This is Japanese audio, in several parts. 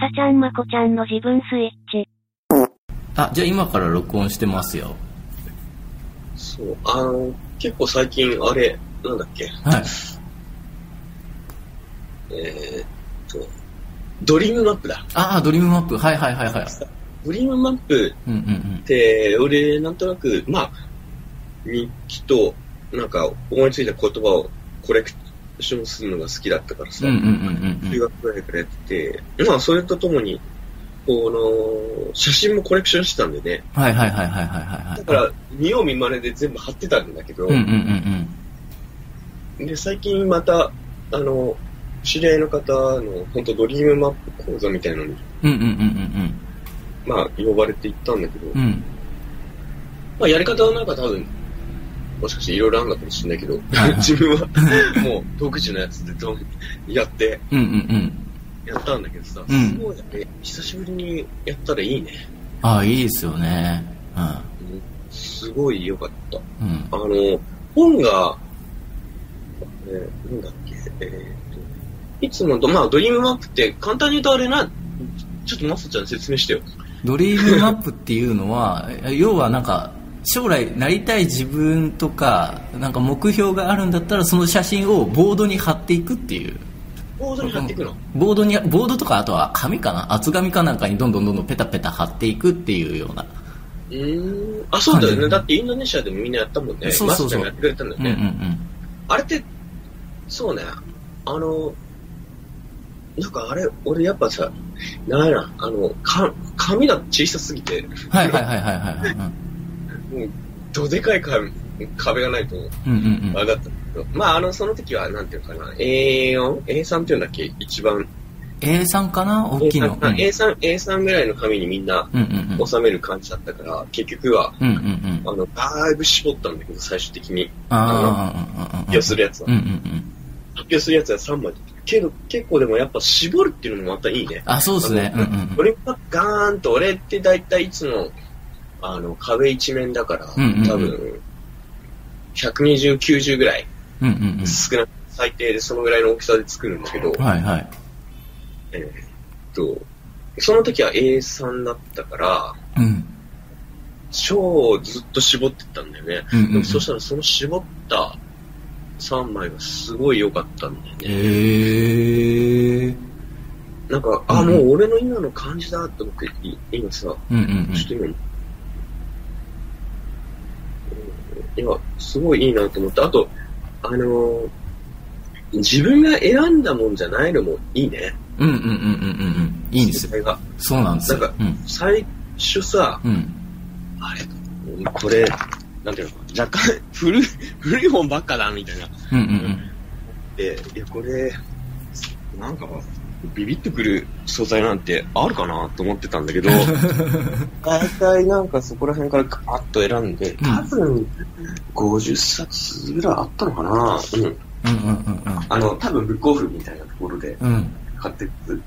さちゃんまこちゃんの自分スイッチ。あ、じゃあ今から録音してますよ。そう、あの、結構最近、あれ、なんだっけ、はい。えーっと、ドリームマップだ。ああ、ドリームマップ。はいはいはいはい。ドリームマップうんうんうんっ。て、俺、なんとなく、まあ、日記と、なんか、思いついた言葉をコレクションするのが好きだったからさ、うんうんうんうんう中ん。学ぐらいからやってて、まあ、それとともに、この、写真もコレクションしてたんでね、はいはいはいはいはいはいはい。だから、見よう見まねで全部貼ってたんだけど、うんうんうんうん。で、最近また、あの、知り合いの方の、本当ドリームマップ講座みたいなのに、うんうんうんまあ、呼ばれて行ったんだけど、うんうん。うん。まあ、やり方はなんか多分、もしかしていろいろあるのかもしれないけどはいはい、 自分はもう独自のやつでどんやって、うんうんうん。やったんだけどさ、うんすごいね、久しぶりにやったらいいね。ああ、いいですよね。すごい良かった。うん。うん。あの、本が、えーなんだっけ、えーっと、いつもと、まあ、ドリームマップって簡単に言うとあれな、ちょっとマサちゃん説明してよ。ドリームマップっていうのは、え要はなんか、将来なりたい自分とか、なんか目標があるんだったら、その写真をボードに貼っていくっていう。ボードに貼っていくの。ボードに、ボードとかあとは紙かな厚紙かなんかにどんどんどんどんペタペタ貼っていくっていうような。うーん。あ、そうだよはね。いだってインドネシアでもみんなやったもんね。そうそうそうマサちゃんがやってくれたんだようんうね。んうん。あれって、そうね。あの、なんかあれ、俺やっぱさ、なんやら、あの、か紙が小さすぎて、はいはいはいはいはいはい。どでかい紙壁がないとうんうんうんあれだったんだけど、まあ、あの、その時は、なんていうのかな、A4、A3 っていうんだっけ、一番。 A3 かな大きいの。うん A3 A3、A3 ぐらいの紙にみんなうんうん収める感じだったから、結局は、うん。うんうんうん。あの、だいぶ絞ったんだけど、最終的にああ。発表するやつは。うんうんうん。発表するやつは3枚。けど、結構でもやっぱ絞るっていうのもまたいいね。あ、そうですね。あうんうのんうん。俺がガーンと、俺って大体いつも、あの、壁一面だから、うんうんうん多分、120、90ぐらい、うんうん少なく、最低でそのぐらいの大きさで作るんだけど、うん。はいはい。えーっと、その時は A3 だったから、うん。超をずっと絞ってったんだよね。うんでうんうもん。そしたらその絞った3枚がすごい良かったんだよね。ええ。なんか、あ、うんもう俺の今の感じだって思って、い今さ、ちょうんうんうん。っと今、うん今、すごいいいなと思って、あと、あのー自分が選んだもんじゃないのもいいね。うんうんうんうんうんうん。いいんですよ。よ。がそうなんですよ。なんかうん。最初さ、うん。あれこれ、なんていうのかな、若干古い、古い本ばっかだ、みたいな。うんうんで、いや、これ、なんか、ビビってくる素材なんてあるかなと思ってたんだ けど、大体なんかそこら辺からガーッと選んで、多分、50冊ぐらいあったのかなうん。うん。うんうんうんうん。あの、多分ブックオフみたいなところでうん。買ってく。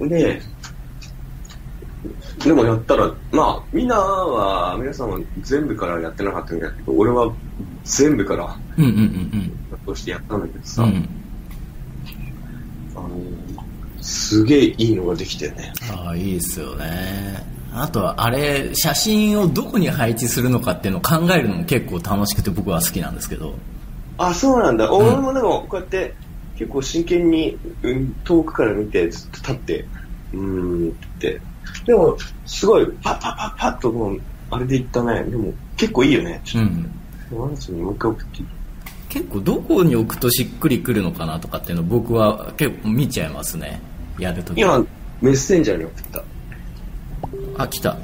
で、でもやったら、まあ、みんなは、皆さんは全部からやってなかったんだけど、俺は全部から、うんうんうんとしてやったんだけどうさ、ん。うん。あのすげえいいのができてね。ああ、いいですよね。あとは、あれ、写真をどこに配置するのかっていうのを考えるのも結構楽しくて僕は好きなんですけど。あ、そうなんだ。ん俺もでも、こうやって、結構真剣に、うん、遠くから見て、ずっと立って、うーんって。でも、すごい、パッパッパッパッともう、あれでいったね。でも、結構いいよね。ちうょっん。と、ワンスにもう一回送っていい結構どこに置くとしっくりくるのかなとかっていうの僕は結構見ちゃいますね。やるとき。今、メッセンジャーに送った。あ、来た。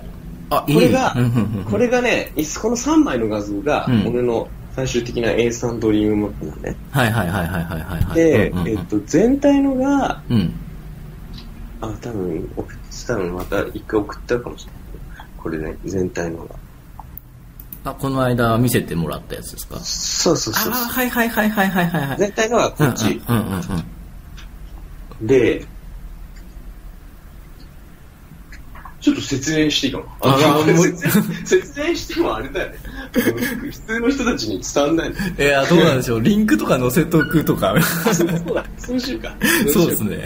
あ、いいこれがうんうんうん、これがね、いっこの3枚の画像が、うん俺の最終的な A3 ドリームマップなんだね。はいはいはいはいはいはいはい。で、うんうんうんえっと、全体のが、うん。あ、多分、送ってたのまた一回送ったかもしれない。これね、全体のが。あ、この間見せてもらったやつですかそうそうあそうそう。はいはいはいはいはいはいはい。全体のがこっち。うんうんうんうん。で、ちょっと説明していいかも。あああのもう説明説明してもあれだよね。普通の人たちに伝わんないんだよいや、どうなんでしょう。リンクとか載せとくとか。そうだ、そうしようか。 そうですね。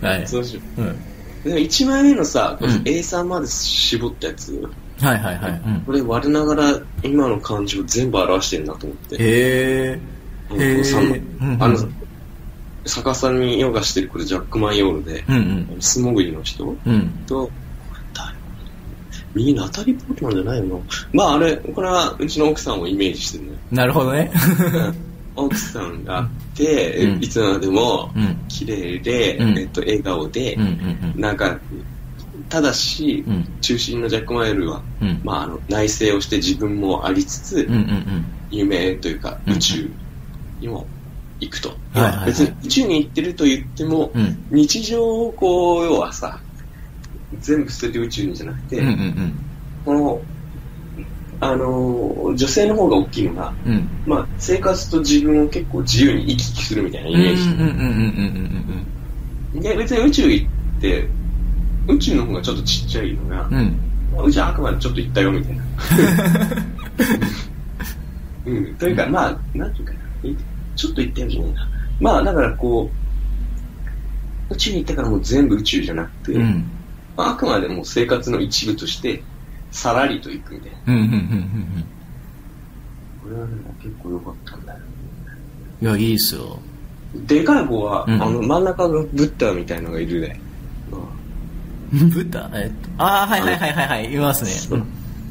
はい。そうしようん。う。でも1枚目のさ、うん A さんまで絞ったやつ、はいはいはい。うん。これ割れながら今の漢字を全部表してるなと思って。へえ。うんこへのえ。三枚うんうんあの、逆さにヨガしてるこれジャックマンヨールで、うん素潜りの人うん。うん。と、誰右ナタリーポートマンじゃないのまああれ、これはうちの奥さんをイメージしてるね。なるほどね。 奥さんがあって、うんいつまでもうん。綺麗で、うんえっと、笑顔で、うんうんなんか、ただし、うん。中心のジャック・マイルは、うん。うん。まあ、あの内省をして自分もありつつ、うんうんうん。夢というかうん宇宙にも行くと、いはいはい別に宇宙に行ってると言っても、うん。日常をこう要はさ全部捨てて宇宙にじゃなくて、うんうんこのあの女性の方が大きいのが、うん。うん。まあ、生活と自分を結構自由に行き来するみたいなイうんうんメうんージ、うんうんで別に宇宙行って宇宙の方がちょっとちっちゃいのがうんうん、うんうちはあくまでちょっと行ったよみ たいな。うん、というか、まあ、なんていうかな、いちょっと行ったよみたいな。まあ、だからこう、宇宙に行ったからもう全部宇宙じゃなくて、うんまあ、あくまでもう生活の一部として、さらりと行くみたいな。うんうんうんうんこれはね、結構良かったんだよ。うんいやいいっすよでかい方は、うんあの、真ん中のブッダみたいなのがいるね。うん豚えっとああはいはいはいはいはいいますね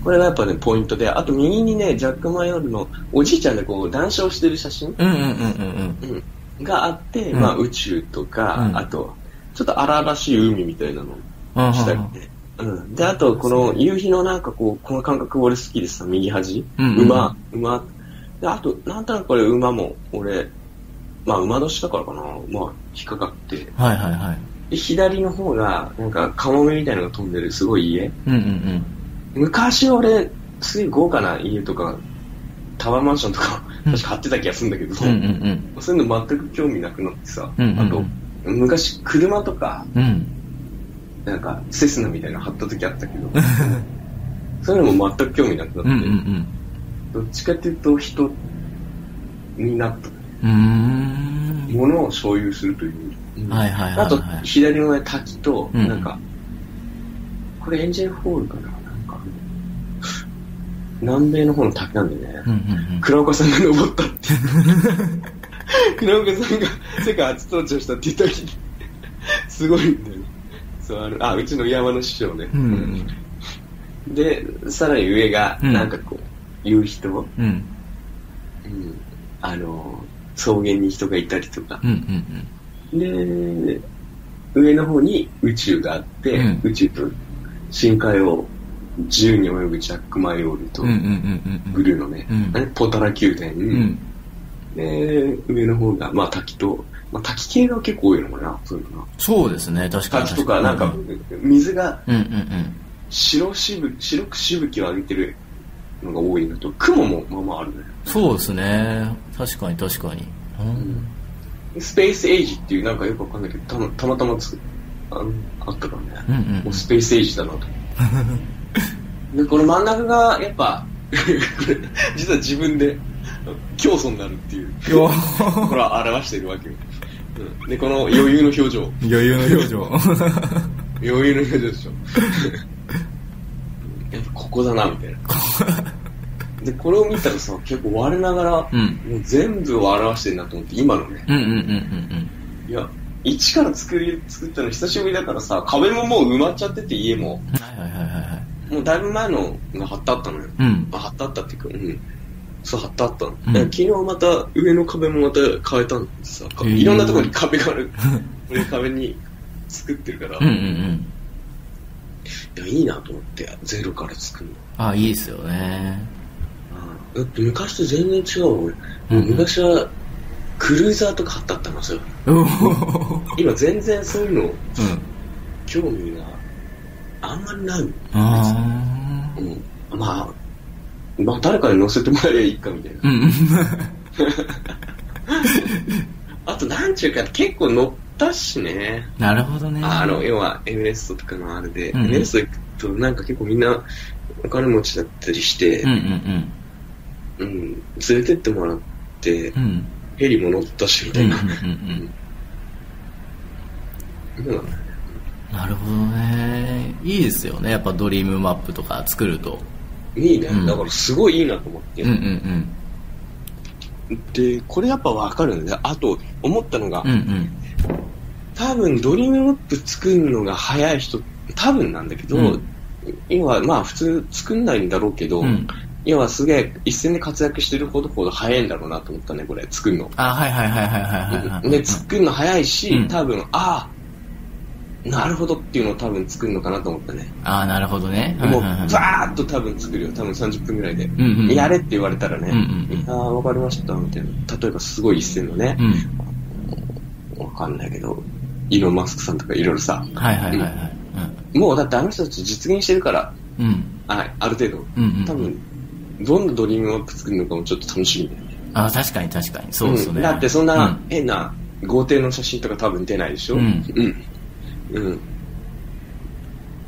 これがやっぱね、ポイントで、あと右にね、ジャック・マヨールのおじいちゃんでこう、談笑してる写真、うんうんうんうんうんがあって、うんまあ宇宙とか、うんあと、ちょっと荒々しい海みたいなのをうんうんしたりね。うん、で、あと、この夕日のなんかこう、この感覚俺好きでさ、右端、うん馬、馬。で、あと、なんとなくこれ馬も、俺、まあ馬年だからかな、まあ引っかかって。はいはいはいで、左の方が、なんかカモメみたいなのが飛んでる、すごい家。うんうん昔俺、すごい豪華な家とか、タワーマンションとか、うん確か買ってた気がするんだけど、うんうんうんそういうの全く興味なくなってさ、うんうんうんあと、昔車とか、うんなんか、セスナみたいなの貼った時あったけど、 そういうのも全く興味なくうんうなんって、どっちかっていうと人になった。うんうーんものを所有するという。はいはいはいあとは、い左の上滝と、うんなんか、これエンジェルホールかななんか、南米の方の滝なんだよね。うんうん倉岡さんが登ったって いう倉岡さんが世界初登場したって言った時にすごいんだよねそうあのあうちの山の師匠ね、うんうんでさらに上がうんなんかこう、夕日と、うんうんうんあの草原に人がいたりとかう、んうんで上の方に宇宙があって、うん宇宙と深海を自由に泳ぐジャック・マイオールとうんうんうんうんブルーのね、うんあれポタラ宮殿、うんで、上の方が、まあ滝と、まあ滝系が結構多いのかな、そういうのが。そうですね確かに滝とか、なんかうん、水がうんうん白しぶ、白くしぶきを上げてるのが多いのと、雲もまあまああるね。そうですね確かに確かにうんスペースエイジっていう、なんかよくわかんないけど、たまたまたまつあのあったからうんね。うんうもんうスペースエイジ だなと。で、この真ん中が、やっぱ、 これ実は自分で、教祖になるっていう、よこれは表しているわけよ。うんで、この余裕の表情。余裕の表情余裕の表情でし ょやっぱここだなみたいなでこれを見たらさ結構我ながら、うんもう全部を表してるなと思って今のねうんうんうんうんいや一から作り作ったの久しぶりだからさ壁ももう埋まっちゃってて家もうんはいはいはいはいはいもうだいぶ前のが貼ってあったのようんあ貼ってあったっていうかうんそう貼ってあったの、うんで昨日また上の壁もまた変えたんでさ、かへえいろんなところに壁がある 俺壁に作ってるから、うんういんうんやいいなと思ってゼロから作るのあいいですよねだって昔と全然違うわ俺、うん昔はクルーザーとか買ったったのさおお今全然そういうのうん興味があんまりない、あうん、まあまあ誰かに乗せてもらえばいいかみたいなーうんあとなんちゅうか結構乗ったしねなるほどねあの要はエミレストとかのあれで、うんエミレスト行くとなんか結構みんなお金持ちだったりしてうん、うんうん連れてってもらってうんうんヘリも乗ったしみうたんういんな、うんいうのがねなるほどねいいですよねやっぱドリームマップとか作るといいね、うんだからすごいいいなと思って、うんうんでこれやっぱ分かるんだよあと思ったのが、うんうんうん多分ドリームマップ作るのが早い人多分なんだけど、うん今まあ普通作んないんだろうけど、うん今すげえ一戦で活躍してるほどほど早いんだろうなと思ったねこれ作るの、あはいはいはいはいはいはいはいで作るの早いし、うん多分ああなるほどっていうのを多分作るのかなと思ったね、ああなるほどねもはいはうバいはいーッと多分作るよ多分30分ぐらいで、うんうんやれって言われたらね、うんうんうんああわかりましたみたいな例えばすごい一戦のねう、んわかんないけどイーロン・マスクさんとかいろいろさはいはいはいはいもうだってあの人たち実現してるからうんうんはい、ある程度。うんうん多分、どんなドリームマップ作るのかもちょっと楽しみだよね。あー確かに確かにそうですよね、んだってそんなう変な豪邸の写真とか多分出ないでしょうんうん。う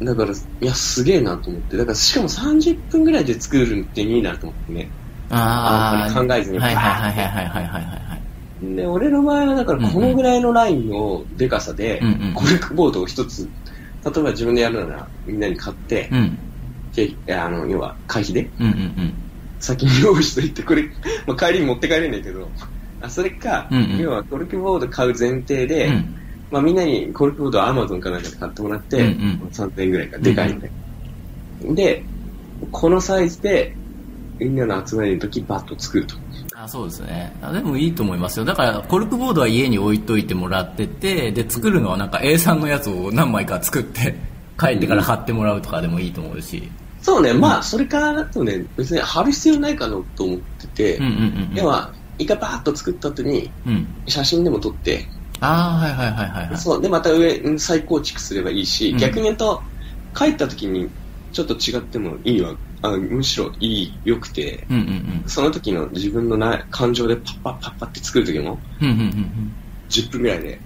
ん。だから、いや、すげえなと思って。だから、しかも30分ぐらいで作るっていいなと思ってね。ああんまり考えずにはいはいはいはいはいはいはいはいで、俺の場合は、だから、このぐらいのラインのデカさで、うんうんコルクボードを一つ、例えば自分でやるなら、みんなに買って、うん経費あの、要は、会費で、うんうん先に用意しといて、これ、まあ、帰りに持って帰れないけど、あそれか、うんうん要はコルクボード買う前提で、うんうんまあ、みんなにコルクボードは Amazon かなんかで買ってもらって、うんうん3000円ぐらいか、でかいんで、で、このサイズで、みんなの集まりの時、バッと作ると。あそうですねあでもいいと思いますよだからコルクボードは家に置いといてもらっててで作るのはなんか A さんのやつを何枚か作って帰ってから貼ってもらうとかでもいいと思うし、そうね、まあ、それからだとね、別に貼る必要ないかなと思ってて、うんうんうんうん要は、一回バーッと作った後に、うん写真でも撮って、ああはいはいはいはいはいそう。で、また上、うん再構築すればいいし、うん逆に言うと、帰った時に、ちょっと違ってもいいわ。あむしろいい、良くて、うんうんその時の自分のな感情でパッパッパッパって作る時も、うんうんうんうんうん10分ぐらいで、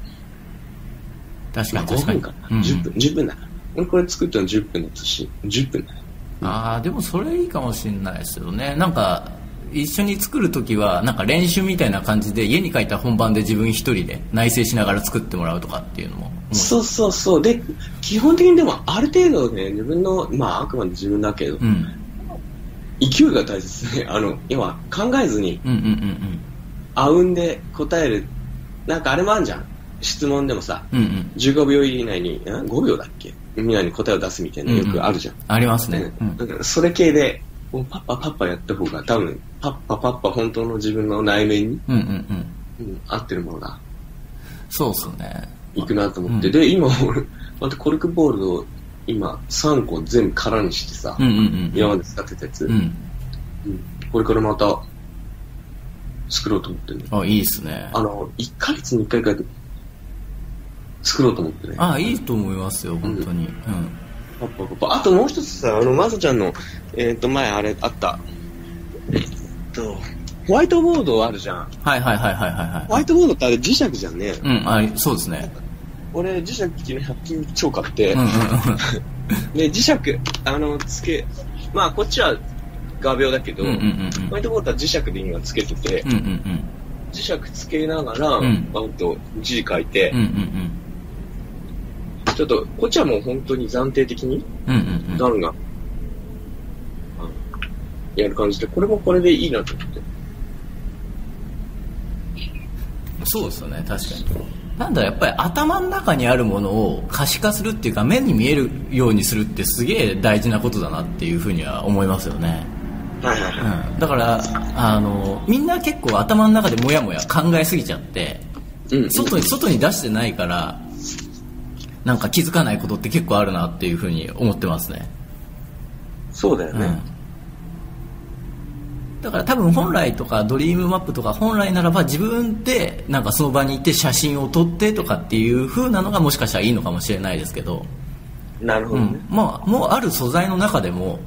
確まかあに5確かに分かな、うんうん10分、10分だ。俺これ作ったの10分だったし、10分だ。ああでもそれいいかもしれないですよねなんか一緒に作る時はなんか練習みたいな感じで家に帰ったら本番で自分一人で内省しながら作ってもらうとかっていうのもそうそうそう。で、基本的にでも、ある程度ね、自分の、まあ、あくまで自分だけど、うん勢いが大切ですね。あの、要は、考えずに、うんうんうんあうんで答えるなんかあれもあんじゃん質問でもさうんうんうん15秒以内にん5秒だっけみんなに答えを出すみたいなうんようんくあるじゃん、ありますね、ううんんだからそれ系でもうパッパパッパやった方が多分パッパパッパ本当の自分の内面に、うんうんうんうん合ってるものがそうっすねいくなと思って、うんで今俺またコルクボールを今3個全部空にしてさ、うんうんうん今まで使ってたやつ、うんうんこれからまた作ろうと思ってねあいいっすねあの1ヶ月に1回か作ろうと思ってねあいいと思いますよ本当にうん、パッパパッパあともう一つさ、あの、まさちゃんの、えっ、と、前あれ、あった。えっと、ホワイトボードあるじゃん。はいはいはいはいはいホワはいイトボードってあれ磁石じゃんね。うんあそうですね俺、磁石昨日100均超買っ て、うんうんうんで、磁石、あの、つけ、まあ、こっちは画鋲だけど、うんうんうんホワイトボードは磁石で今つけてて、うんうんうん磁石つけながら、うんバンと字書いて、うんうんちょっと、こっちはもう本当に暫定的に、うんうんうんうん段が、あのやる感じで、これもこれでいいなと思って。そうですよね確かになんだやっぱり頭の中にあるものを可視化するっていうか目に見えるようにするってすげえ大事なことだなっていうふうには思いますよね、はいはいはい。うん、だからあのみんな結構頭の中でモヤモヤ考えすぎちゃってうん、外に外に出してないからなんか気づかないことって結構あるなっていうふうに思ってますねそうだよね。だから多分本来とかドリームマップとか本来ならば自分でなんかその場に行って写真を撮ってとかっていう風なのがもしかしたらいいのかもしれないですけど、なるほうどんね。まあ、もうある素材の中でも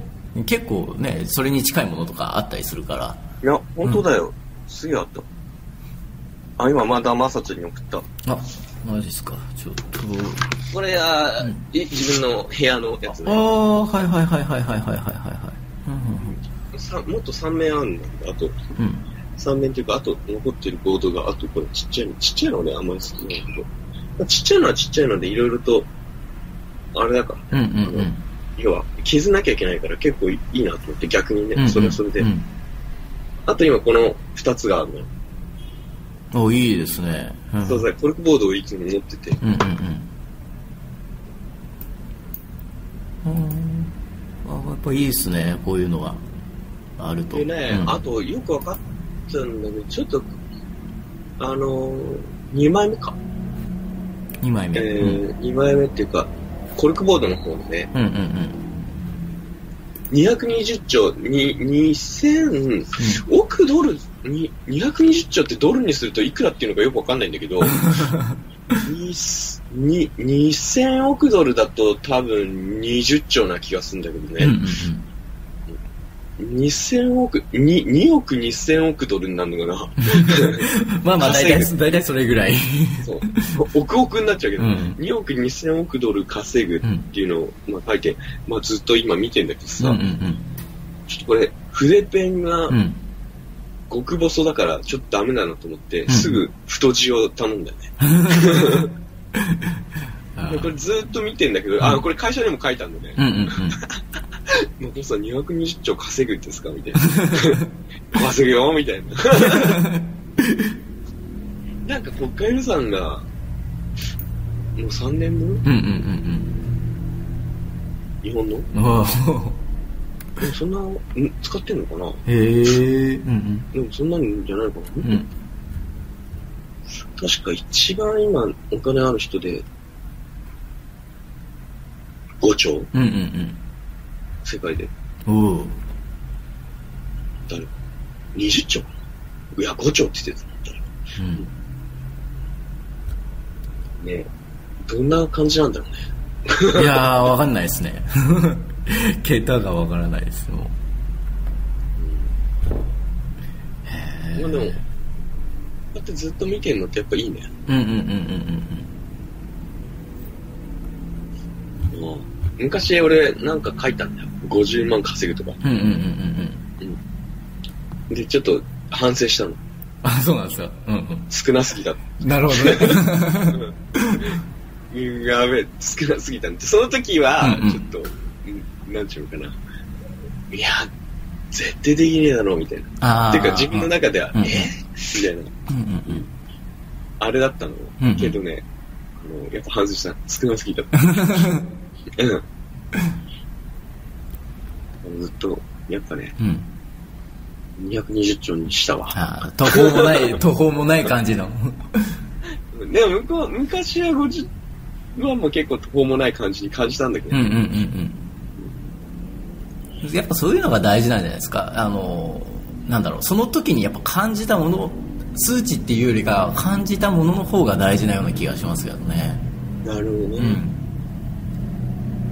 結構ねそれに近いものとかあったりするからいや、本当だよ。すげえあった。あ、今まだまさちゃんに送った。あマジですかちょっとこれは、い自分の部屋のやつあね。あはいはいはいはいはいはいはいはいうんさもっと3面あるんだ。あと、うんうん3面っていうか、あと残ってるボードが、あとこれちっちゃいの。ちっちゃいのね、あんまり好きじゃないけど。ちっちゃいのはちっちゃいので、いろいろと、あれだから、うんうんうん要は、削んなきゃいけないから結構いいなと思って、逆にうんうね、ん。それはそれでう。んあと今この2つがあるのよ。お、いいですね。うんそうそう、コルクボードをいつも持ってて、うんうんうん。うんあやっぱいいですね、こういうのがあると。でね、うんあとよく分かったんだけど、ちょっと、あのー、2枚目か。二枚え目。うんー、2枚目っていうか、コルクボードの方でね、うんうんうん。 220兆、に2000、億ドル、に220兆ってドルにするといくらっていうのかよくわかんないんだ けど、にに2000億ドルだと多分20兆な気がするんだけどね。うんうん2000億、に2億2000億ドルになるのか うん。まあまあ、大稼体、大体それぐらい。なそう。億億になっち ゃうけうど、ん。 2億2000億ドル稼ぐっうん。ていうのを、まあ、書いて、まあ、ずっと今見てんだけどうんうさ、んちょっとこれ、筆ペンがうん。うん。極細だからちょっとダメだなと思って、んすぐ太字を頼んだよね。あで こーれずっと見てんだけど、あ、これ会社でも書いたんだね。うんうんうん。もうこれさ、220兆稼ぐんですかみたい な。稼ぐよみたいな。なんか国会予算が、もう3年分うんうんうん日本のでうん。おーもそんな、ん使ってんのかなへえ。うんでもそんなんじゃないのかな、うん。うん。確か一番今お金ある人で、5兆うんうん世界で。うん。おー誰 ?20 兆いや、5兆って言ってた。うん。ねどんな感じなんだろうね。いやー、わかんないですね。桁がわからないです、もう。まあでも、こうやってずっと見てんのってやっぱいいね。うんうんうんうんうん昔俺なんか書いたんだよ。50万稼ぐとか。うん。うんうんうんうんうん。で、ちょっと反省したの。あ、そうなんですか。うんう少なすぎた。ん。なるほどね。 うんやべえ、少なすぎたって。その時はうんうん、ちょっと、うんなんちゅうのかな。いや、絶対できねえだろ、みたい な。あっていうか自分のね。中では、うんえみたいな。うんうんあれだったのうんうん。けどね、あのやっぱ反省した。少な すぎた。うん。ずっと、やっぱね、うん。 220兆にしたわ。あー途方も ない、途方もない感じの。でも向こう、昔は50はもう結構途方もない感じに感じたんだけうど、んうんうんうん。やっぱそういうのが大事なんじゃないですか。あの、なんだろう、その時にやっぱ感じたもの、数値っていうよりか感じたものの方が大事なような気がしますけどね。なるほどう。ん。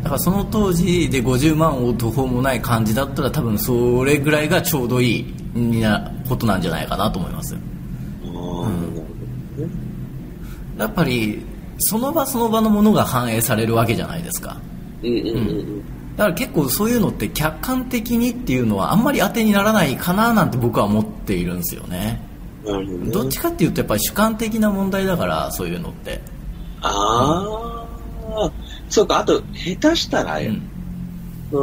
だからその当時で50万を途方もない感じだったら多分それぐらいがちょうどいいなことなんじゃないかなと思います。ああ、なるほどね。やっぱりその場その場のものが反映されるわけじゃないですか。うんうんうんうん。だから結構そういうのって客観的にっていうのはあんまり当てにならないかななんて僕は思っているんですよねなるほどね。どっちかっていうとやっぱり主観的な問題だからそういうのってああ、そうか、あと、下手したら、うんそ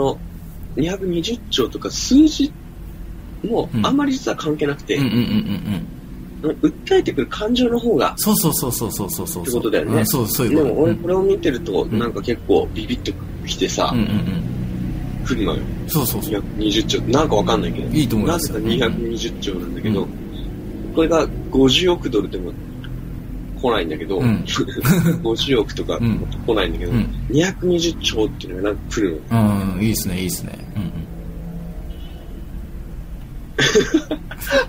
の、220兆とか数字もうんあんまり実は関係なくて、うんうんうんうんうん訴えてくる感情の方が、そうそうそうそうそうそうそうってことだよねうんそうそういでうことも俺これを見てると、んなんか結構ビビッときてさうん、うんうん来るのうよ。んそうそうそう220兆、なんかわかんないけど。いいと思いますなぜか220兆なんだけど、これが50億ドルでも来ないんだけど、うん 50億とかうんもっと来ないんだけど、うん220兆っていうのがなんか来るの。うんいいですねいいですねうん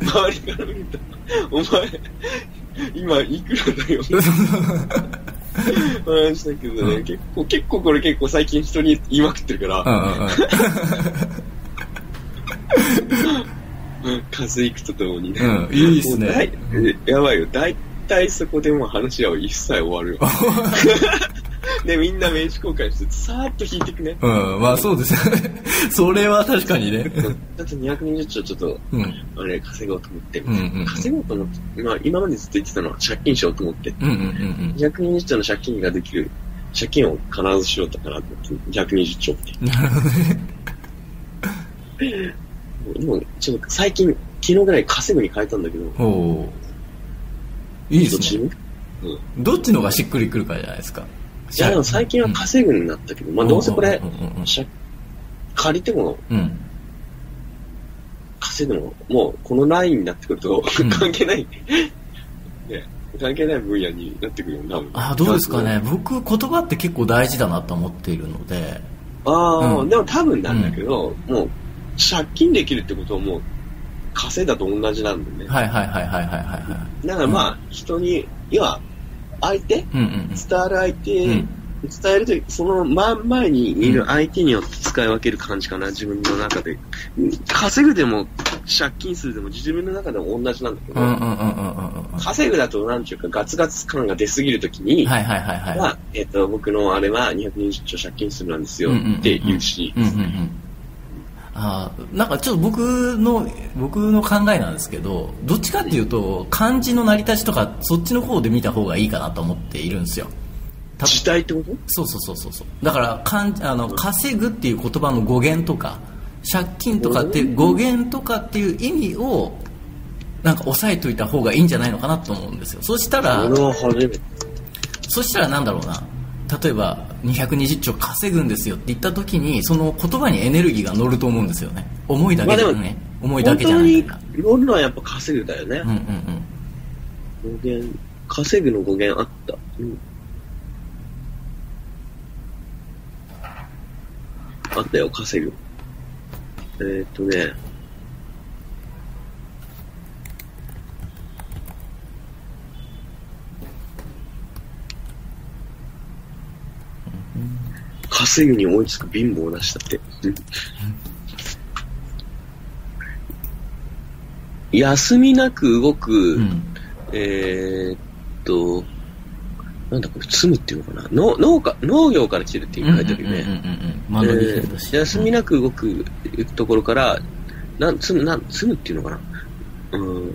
うん周りから見ると、お前、今いくらだよ。話だけどね、うん結構、結構これ結構最近人に言いまくってるうかんうんうんら、うん、風行くとともにね。うんいいっすねもうだいやばいよ。だいたいそこでもう話は一切終わるよ。 で、みんな名刺交換して、さーっと引いていくね。うん、まあそうです ね。それは確かにね。だって220兆ちょっと、うん。あれ、稼ごうと思って。うんうんうん稼ごうと思って、まあ今までずっと言ってたのは借金しようと思って。うんうんうん220兆の借金ができる、借金を必ずしようとかなと思って、220兆って。うん。なるほどね。でも、ちょっと最近、昨日ぐらい稼ぐに変えたんだけど、おーいいでどっちすね。もどっちの方がしっくりくるかじゃないですか。いや、でも最近は稼ぐになったけど、まあどうせこれう、んうん借借りてもうんうん。稼いでも、もうこのラインになってくると、うん関係ない、ね、関係ない分野になってくるよ、多分。あーどうですかね。僕、言葉って結構大事だなと思っているので。ああ、うんでも多分なんだけど、もう、借金できるってことはもう、稼いだと同じなんでね。はいはいはいはいはいはいはだからまあ、人に、要は、相手伝い。うんうんわる相手、うん。うん伝えるとき、その真ん前にいる相手によって使い分ける感じかな、自分の中で。うん稼ぐでも、借金するでも、自分の中でも同じなんだけど、うんうんうんうんうんうん。は稼ぐだと、なんていうか、ガツガツ感が出すぎるときいに、はいはいはい。まあ、えっ、と、僕のあれは220兆借金するなんですよって言うし、うんうんうん、あーなんかちょっと僕の僕の考えなんですけどどっちかっていうと漢字の成り立ちとかそっちの方で見た方がいいかなと思っているんですよた時代ってことそうそうそうそうそうだからかんあの稼ぐっていう言葉の語源とか借金とかっていう語源とかっていう意味をなんか押さえといた方がいいんじゃないのかなと思うんですよそしたら俺は初めて。そしたらなんだろうな例えば220兆稼ぐんですよって言った時にその言葉にエネルギーが乗ると思うんですよね思いだけじゃまあでね、思いだけじゃないから本当に乗るのはやっぱ稼ぐだよねうん。うんうん語源、稼ぐの語源あった。うん。あったよ、稼ぐ。えー、っとね。稼ぐに追いつく貧乏を出したって。うん休みなく動く、うんえーっと、なんだこれ、積むっていうのかな農農家農業から来てるってういんううんう書いんてあるよね。うんうん学びえきるとしー休みなく動くところから、なん積むなん積むっていうのかなうん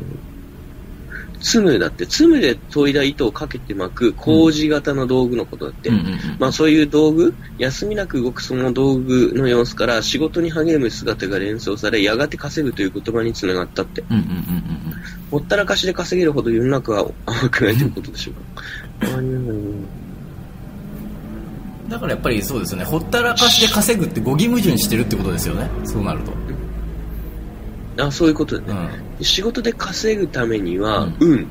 積むだって、積むで研いだ糸をかけて巻く工事型の道具のことだって。うんうんうんまあそういう道具、休みなく動くその道具の様子から仕事に励む姿が連想され、やがて稼ぐという言葉につながったって。うんうんうんうんほったらかしで稼げるほど世の中は甘くないということでしょうか。うんだからやっぱりそうですよねほったらかしで稼ぐって語義矛盾してるってことですよねそうなると、あそういうことだうね。ん、仕事で稼ぐためには、うん運、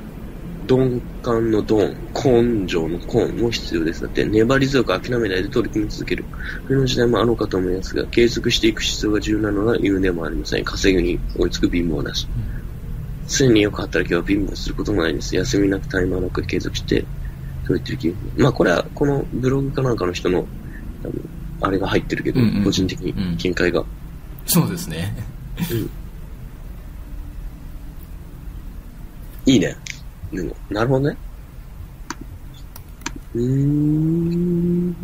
鈍感の鈍、根性の根も必要です。だって、粘り強く諦めないで取り組み続ける。冬の時代もあろうかと思いますが、継続していく必要が重要なのは言うでもありません。稼ぐに追いつく貧乏なし。常によく働けば貧乏することもないです。休みなくタイマーなく継続して、そう言ってる気がまあ、これは、このブログかなんかの人の、多分あれが入ってるけど、うんうん個人的に見解が。そうですねいいね。でも、なるほどね。うーん。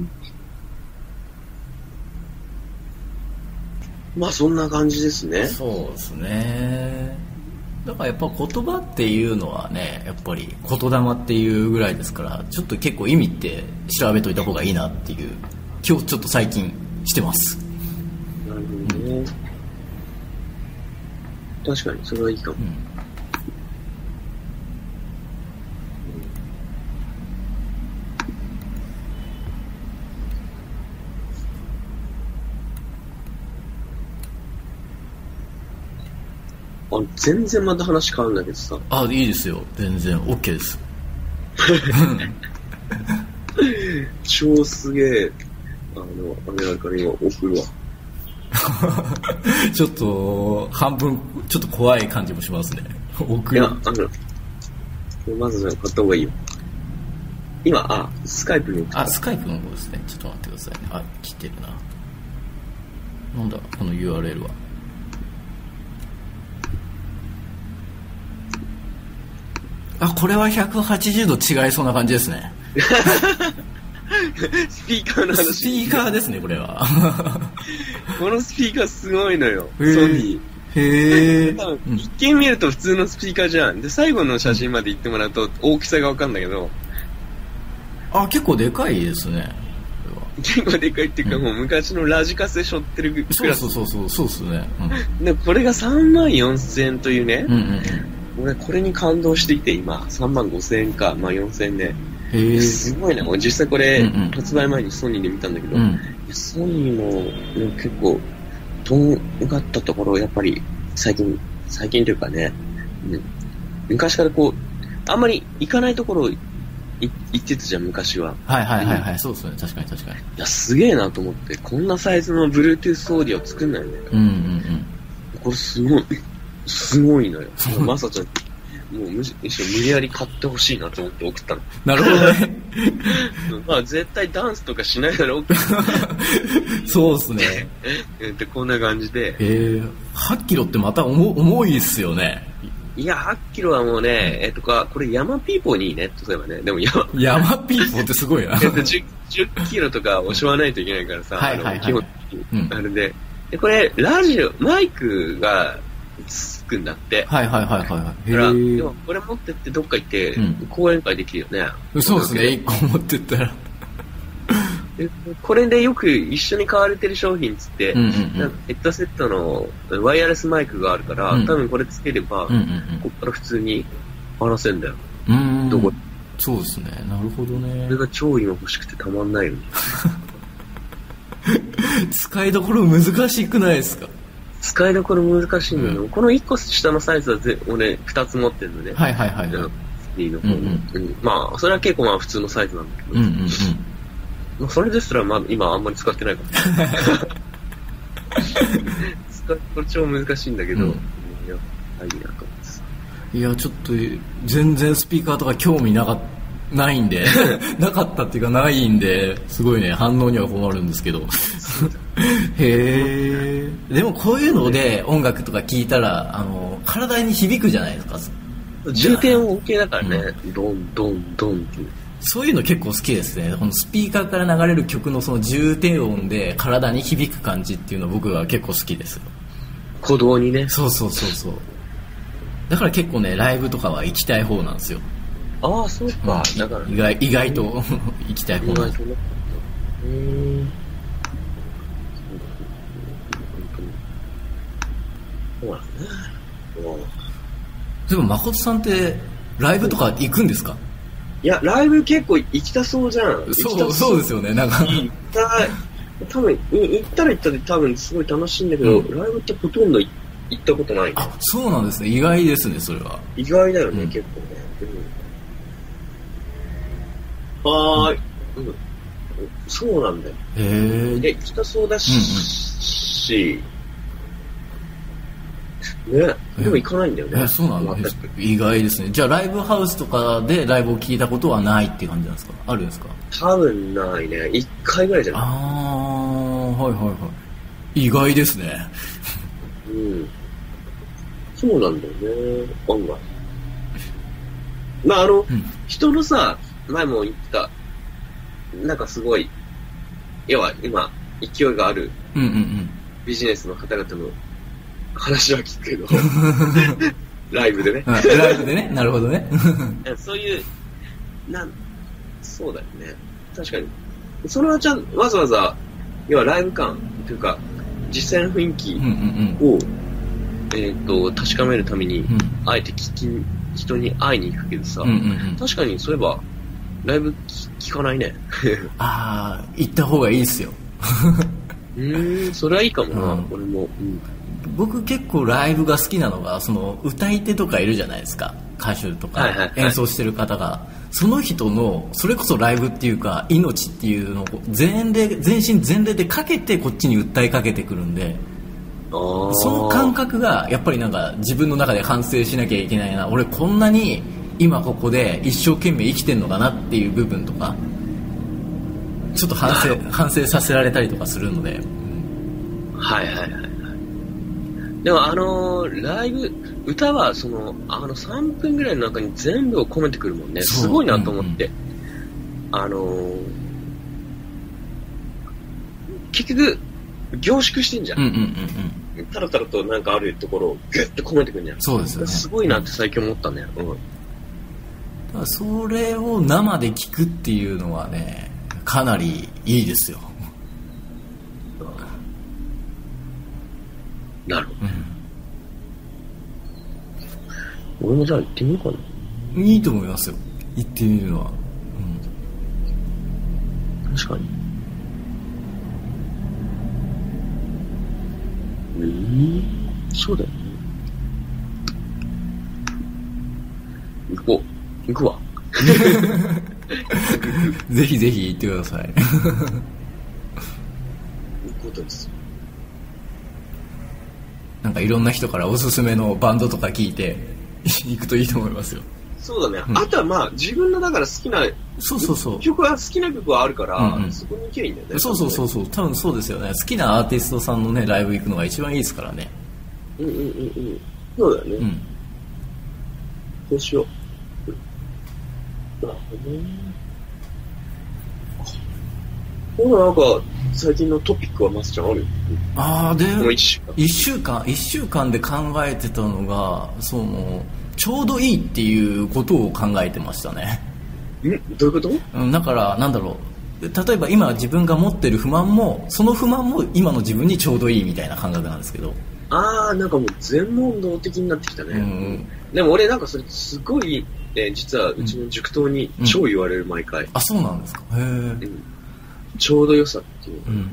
まあ、そんな感じですね。そうですねだからやっぱ言葉っていうのはねやっぱり言霊っていうぐらいですからちょっと結構意味って調べといた方がいいなっていう今日ちょっと最近してますなるほどね。確かに、それはいいかもう。んあ、全然また話変わるんだけどさ、あいいですよ全然 OK です超すげえ、あの、あれあるから今送るわ。 ちょっと半分ちょっと怖い感じもしますねい奥や、あの、これまず買った方がいいよ。今、あ、スカイプに送ったあスカイプの方ですねちょっと待ってくださいねあ来てるななんだこの URL はあこれは180度違いそうな感じですねスピーカーのスピー話。カーですね、これは。このスピーカーすごいのよ。ソへーニ ー。へえ。多分うん一見見ると普通のスピーカーじゃん。で、最後の写真まで行ってもらうと大きさがわかんだけど、あ、結構でかいですね。結構でかいっていうか、うんもう昔のラジカセ背負ってるクラス。そうそうそうそう、そうですね。で、これが3万4千円というね うん。、うんうんうん。俺これに感動していて今、3万5千円か、まあ4千円ね。へえ。すごいね。俺実際これ、うんうん発売前にソニーで見たんだけど、うん。ソニーも、ね、結構、とんがったところ、やっぱり、最近、最近というかね、うん、昔からこう、あんまり行かないところい行ってたじゃん、昔は。はいはいはいはい、そうですね。確かに確かに。いや、すげえなと思って、こんなサイズの Bluetooth オーディオ作んないんだよ。うんうんうん。これすごい、すごいのよそう。まさちゃん、もうむしむしろ無理やり買ってほしいなと思って送ったの。なるほどね。うんまあ絶対ダンスとかしないだろうけど そうですね。うんってこんな感じで、ええ8キロってまた重重いですよね。いや、8キロはもうね、えっとか、これ山ピーポーにいいね、例えばね。でも 山、山ピーポーってすごいな。えっと 10, 10キロとか押しわないといけないからさ、はいはいはいあの基本的うんに。あれで。で、これ、ラジオ、マイクがつくんだって。はいはいはいはいはい。だから、へでもこれ持ってってどっか行ってうん、講演会できるよね。え。そうですね。1個持ってったら。で。これでよく一緒に買われてる商品っつって、うんうんうなんんか。ヘッドセットのワイヤレスマイクがあるから、うん多分これつければ、うんこっから普通に話せんだよ。うんうん。うんどこそうですね。なるほどねこれ。が超今欲しくてたまんないよね。使いどころ難しくないですか使いどころ難しいんだよ、うこの1個下のサイズはぜ俺2つ持ってるのね、はいはいはいいはい。うんいの方の、うんうんまあそれは結構まあ普通のサイズなんだけど、うんうん。まあ、それですらまあ今あんまり使ってないから 使いこれ超難しいんだけど、うんいやはいいなと思ってさいや、ちょっと、全然スピーカーとか興味なかっないんで、 なかったっていうかないんで、すごいね、反応には困るんです けど。へえ。でもこういうので音楽とか聞いたら、あの、体に響くじゃないですか。充填音 OK だからね、ドンドンドンっていうそういうの結構好きですね。このスピーカーから流れる曲のその重低音で体に響く感じっていうの僕は結構好きです。鼓動にねそうそうそうそう。だから結構ね、ライブとかは行きたい方なんですよ。ああそうか、だから意外意外と 行きたい方なんです。とねうんそうだねうんでも誠さんってライブとか行くんですかいやライブ結構行きたそうじゃんそうそうですよねなんか行きたい多分い行ったら行ったで多分すごい楽しいんだけど、うんライブってほとんどい行ったことないあそうなんですね意外ですねそれは意外だよね、うん結構ね、うん、はーい、うん、そうなんだよへえで、行きたそうだし、ね、でも行かないんだよね。えそうなん全だく意外ですねじゃあライブハウスとかでライブを聞いたことはないっていう感じなんですかあるんですか多分ないね。一回ぐらいじゃあなあはいはいはい意外ですねいうん。そうなんだよね、案外。まあ、あの、うん人のさ、前も言った、なんかすごい、要は今、勢いがあるうんうんうんビジネスの方々の話は聞く けど、ライブでね。うん ライブでねなるほどねそういう、なん、そうだよね。確かに。それはちゃん、わざわざ、要はライブ感というか、実際の雰囲気うんうんうんを、えっ、と、確かめるために、うんあえて聞きに、人に会いに行くけどさ、うんうんうん確かにそういえば、ライブ聞聞 かないね。ああ行った方がいいですようーん、それはいいかもな、うん俺も。うん。僕結構ライブが好きなのがその歌い手とかいるじゃないですか歌手とはいはいはかい演奏してる方がその人のそれこそライブっていうか命っていうのを全霊全身全霊でかけてこっちに訴えかけてくるんでああ。その感覚がやっぱりなんか自分の中で反省しなきゃいけないな俺こんなに今ここで一生懸命生きてんのかなっていう部分とかちょっと反省反省させられたりとかするのではいはいはいはい。でもあのーライブ、歌はその、あの3分ぐらいの中に全部を込めてくるもんね。そうすごいなと思って。あのー結局、凝縮してんじゃうんん。うんうんうん。タラタラとなんかあるところをギュッと込めてくんじゃん。そうですよね。すごいなって最近思ったね。うん。だからそれを生で聞くっていうのはね、かなりいいですよ。なるほうんど。俺もじゃあ行ってみようかな。いいと思いますよ。行ってみるのは。うん確かに。うん、そうだよね。行こう。行くわ。ぜひぜひ行ってください。 行くことです。なんかいろんな人からおすすめのバンドとか聞いて、行くといいと思いますよ。そうだね。うんあとはまあ、自分のだから好きな、そうそうそう。曲は好きな曲はあるから、うんうんそこに行けばいいんだよね。そうそうそうそう。多分そうですよね。好きなアーティストさんのね、ライブ行くのが一番いいですからね。う。うんうんうんうん。そうだよね。うん。そうしよう。なるほどね。ほら、なんか、最近のトピックはマスちゃんあるああ、で、もう一週間。 1週間1週間で考えてたのがそのちょうどいいっていうことを考えてましたね、んどういうことうん、だからなんだろう例えば今自分が持ってる不満もその不満も今の自分にちょうどいいみたいな感覚なんですけど、ああ、なんかもう全問答的になってきたね。うん、でも俺なんかそれすごい、えー実はうちの塾頭に超言われる毎回、あそうなんですかへえ、ちょうど良さっていう。うん、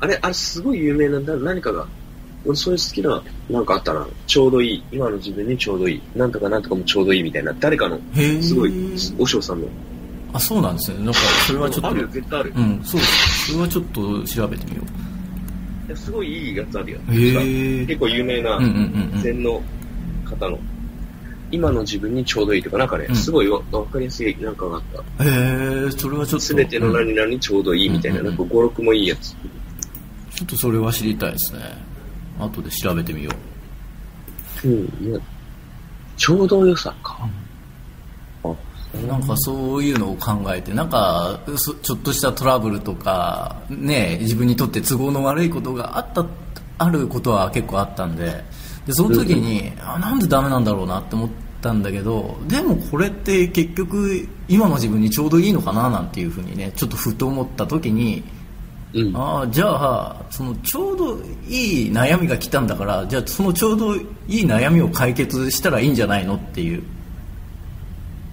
あれ、あれすごい有名なな何かが、俺そういう好きな、なんかあったな。ちょうどいい。今の自分にちょうどいい。なんとかなんとかもちょうどいいみたいな。誰かの、へえすごい、お尚さんの。あそうなんですねなんかそれはちょっとあるよ、絶対ある。うんそうですそれはちょっと調べてみよいやすごいいいやつあるよ。うへえ結構有名なうんうんうんうん禅の方の、今の自分にちょうどいいとか、なんかね、うんすごいわわかりやすいなんかがあった。へえそれはちょっとすべてのうん何々にちょうどいいみたいな、うんうなんうんんか語録もいいやつ。ちょっとそれは知りたいですね後で調べてみよううん、いや、ちょうど良さか。あ、なんかそういうのを考えてなんかそちょっとしたトラブルとか、ね、自分にとって都合の悪いことがあったあることは結構あったんででその時に、あなんでダメなんだろうなって思ったんだけどでもこれって結局今の自分にちょうどいいのかななんていうふうにねちょっとふと思った時にうん。ああじゃあそのちょうどいい悩みが来たんだからじゃあそのちょうどいい悩みを解決したらいいんじゃないのっていう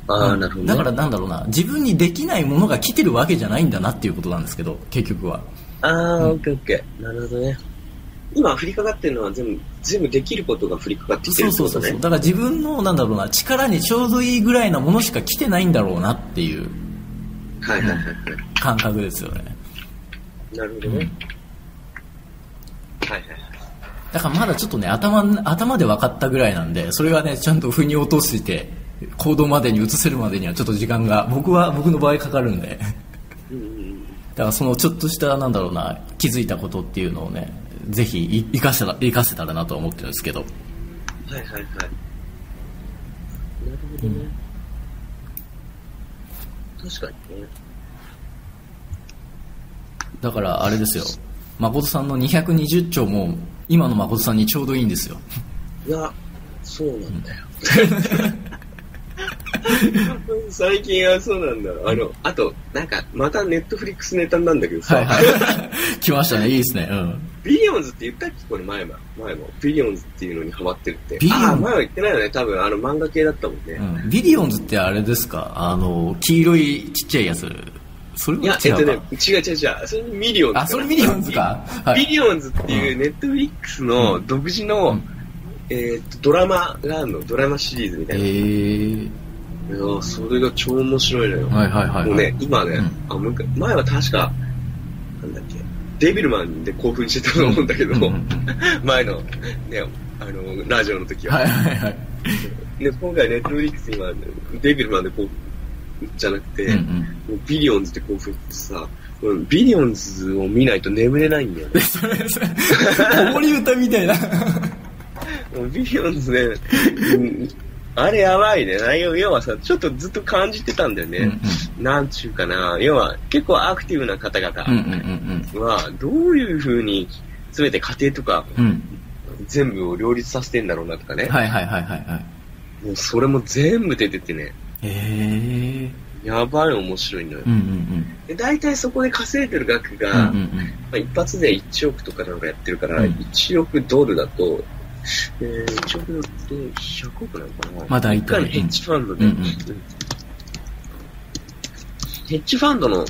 ああ、なるほど、ね。だから、なんだろうな自分にできないものが来てるわけじゃないんだなっていうことなんですけど結局はああ、オッケーオッケー。なるほどね。今、振りかかってるのは全部、全部できることが振りかかってきそてるうってそうそことうそうね。だから自分のなんだろうな力にちょうどいいぐらいなものしか来てないんだろうなっていうはいはいはいは感覚ですよねい。なるほどね。はいはいはい。だからまだちょっとね頭頭で分かったぐらいなんでそれがねちゃんと腑に落として行動までに移せるまでにはちょっと時間が僕は僕の場合かかるんで うんうんうん。だからそのちょっとしたなんだろうな気づいたことっていうのをねぜひい生かせた生かせたらなとは思ってるんですけどはいはいはい。なるほどね。確かにね。だからあれですよ誠さんの220兆も今の誠さんにちょうどいいんですよいや、そうな んだよ。最近はそうなんだよ。あの、あと、なんか、またネットフリックスネタになんだけどさ、い来ましたねいいですねうんビリオンズって言ったっけこれ前も。前も。ビリオンズっていうのにハマってるってビ。リオンズああ、前は言ってないよね。多分、あの、漫画系だったもんね。うん、ビリオンズってあれですかあの黄色いちっちゃいやつそれいやは、え違っとうか、ね、違う違う違う。それミリオンズかな。あそれミリオンズかはいビリオンズっていうネットフリックスの独自の、うんえーっと、ドラマがあるの、ドラマシリーズみたえいな。いー、やそれが超面白いのよ。はいはいはい、もうはいね、今ね、うんあもう一回前は確か、なんだっけ、デビルマンで興奮してたと思うんだけど、うんうんうん 前の、ね、あの、ラジオの時は。はいはいはいで今回ネットフリックス今、デビルマンで興奮じゃなくて、うんうんもうビリオンズって興奮してさ、うんビリオンズを見ないと眠れないんだよね。それそれ子守歌みたいなもうビリオンズね、うんあれやばいね。内容、要はさ、ちょっとずっと感じてたんだよね。なんちゅうかな。要は、結構アクティブな方うんうんう々んうんは、どういう風に、すべて家庭とか、うんうん全部を両立させてんだろうなとかね。はいはいはいはいはいもうそれも全部出ててね、へえやばい面白いのよう。んうんで、大体そこで稼いでるう額んうんが、うんまうんあ、一発で1億とかなんかやってるから、うん1億ドルだと、えー、1億ドルって100億なのかなまあ大体一回のヘッジファンドで、うんうんヘッジファンドの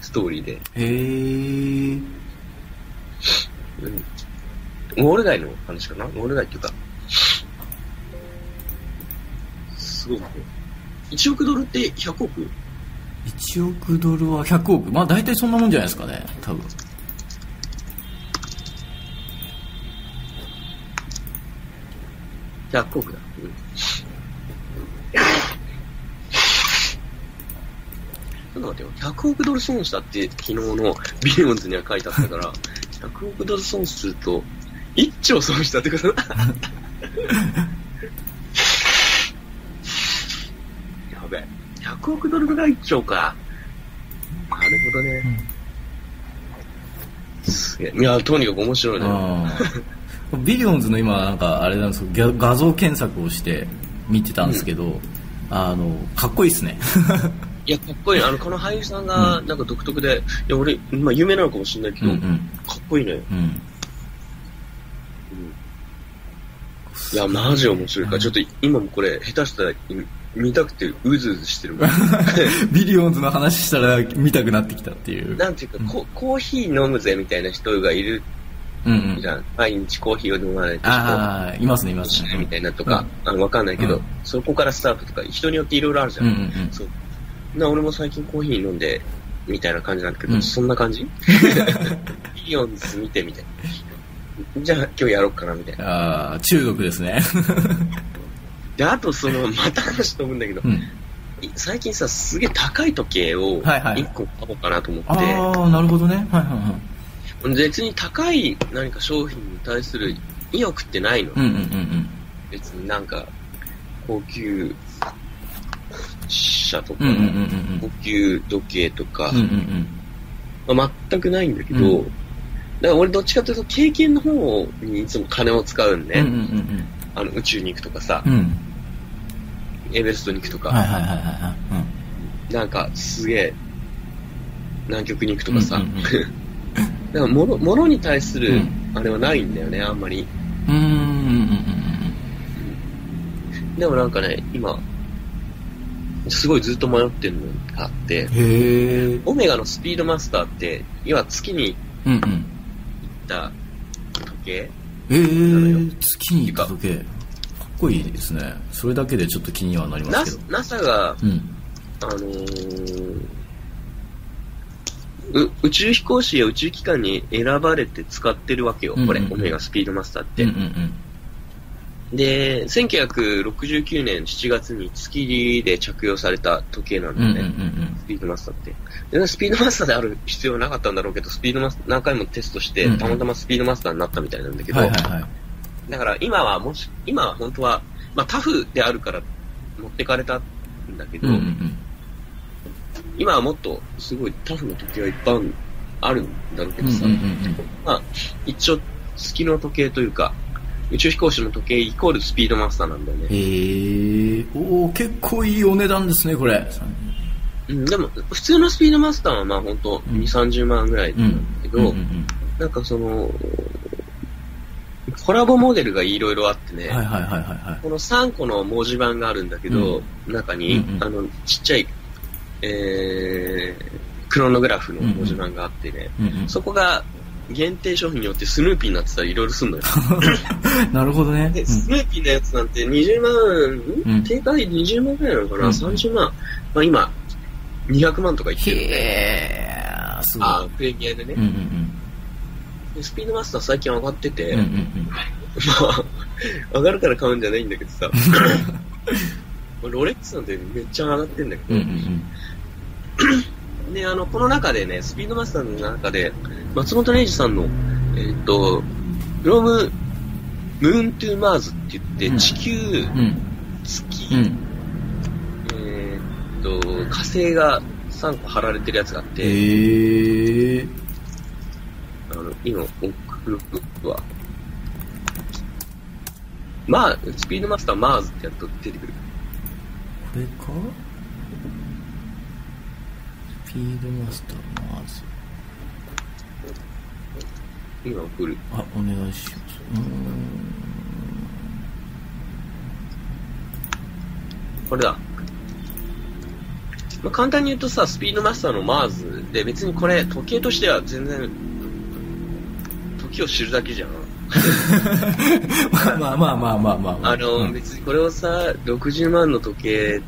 ストーリーで、へえうんウォール街の話かなウォール街っていうか、すごく、1億ドルって100億1億ドルは100億まあ大体そんなもんじゃないですかね多分100億だ。うんちょっと待ってよ、100億ドル損したって昨日のビリオンズには書いてあったから、100億ドル損すると、1兆損したってことだ。やべえ、100億ドルが1兆か。なるほどね。すげえいや、とにかく面白いね。うん ビリオンズの今なんかあれなんですけど画画像検索をして見てたんですけど、あのかっこいいっすねいや、かっこいい。あの、この俳優さんが、なんか独特で、いや、俺、まあ、有名なのかもしれないけうんど、うかっんこいいね。うんいや、マジ面白いから、ちょっと今もこれ、下手したら見見たくてうずうずしてるもん。ビリオンズの話したら見たくなってきたっていうなんていうか、こコーヒー飲むぜみたいな人がいるうんうんじゃん。毎日コーヒーを飲まないと人ああいますねいますしねないみたいなとか、あのわかんないけど、うんそこからスタートとか、人によっていろいろあるじゃ。うんんうんうんそう。な、俺も最近コーヒー飲んで、みたいな感じなんだけど、うんそんな感じイオンズ見てみたいな。じゃあ今日やろうかなみたいな。ああ中毒ですね で、あとその、また話飛ぶんだけどう、んい最近さ、すげえ高い時計をはいはい1個買おうかなと思って、ああなるほどねはいは別に高い何か商品に対する意欲ってないの。いはいうんうんうん別になんか、高級車とか、うんうんうんうんうん高級時計とか、うんうんうんまあ全くないんだけど、うんだから俺どっちかというと経験の方にいつも金を使うんね。うんうんうんあの宇宙に行くとかさ、うんうんエベレストに行くとか、はいはいはいはいはいうんなんかすげえ、南極に行くとかさ、うんう んうんだから物物に対すうるんあれはないんだよね、あんまり。うーんうんうんでもなんかね、今、すごいずっと迷ってるのがあって、うんうんへえオメガのスピードマスターって、今月にう行んうんった時計えー、月に行く時計かっこいいですねそれだけでちょっと気にはなりまナすけど NASA が、うんあのーう宇宙飛行士や宇宙機関に選ばれて使ってるわけよ、これ、うんうんうんオメガスピードマスターっうて。んうんで、1969年7月に月で着用された時計なんうだんうよね。んうんうんスピードマスターって。で、スピードマスターである必要はなかったんだろうけど、スピードマスター何回もテストしてうんうん、たまたまスピードマスターになったみたいなんだけど、はいはいはいだから今はもし、今は本当は、まあタフであるから持ってかれたんだけうど、んうんうん今はもっとすごいタフな時計がいっぱいあるんだろうけうんうどんさ、うんまあ一応月の時計というか、宇宙飛行士の時計イコールスピードマスターなんだよね。えー、おお結構いいお値段ですねこれうん、でも、普通のスピードマスターはまあ本当うん2、30万ぐらいうんなんだけど、うんうんなんかその、コラボモデルがいろいろあってね、うんはいはいはいはいはいこの3個の文字盤があるんだけど、中に、うんうんあの、ちっちゃい、えー、クロノグラフの文字盤があってね、うんうんそこが限定商品によってスヌーピーになってたりいろいろ するのよ。なるほどねで、スヌーピーのやつなんて20万、うん定価で20万ぐらいなのかな、うん ?30 万。まあ今、200万とか言ってへるんで、えすごいあープレミアでねうん、うんでスピードマスター最近上がってて、 うんうんうんまあ、上がるから買うんじゃないんだけど さ。ロレックスなんてめっちゃ上がってんだけうんうど。んで、あの、この中でね、スピードマスターの中で、松本零士さんの、えーっと、フロム、ムーントゥーマーズって言って、うん地球うんうん月、うん。えーっと、火星が3個貼られてるやつがあっえて、ー、あの、今、送るは、まあ、スピードマスターマーズってやっと出てくる。これかスピードマスターマーズ。今送る。あ、お願いします。うーん。これだ。まあ、簡単に言うとさ、スピードマスターのマーズで、別にこれ、時計としては全然、時を知るだけじゃん。まあまあまあまあまあ、まあ。あの、うん、うん別にこれをさ、60万の時計、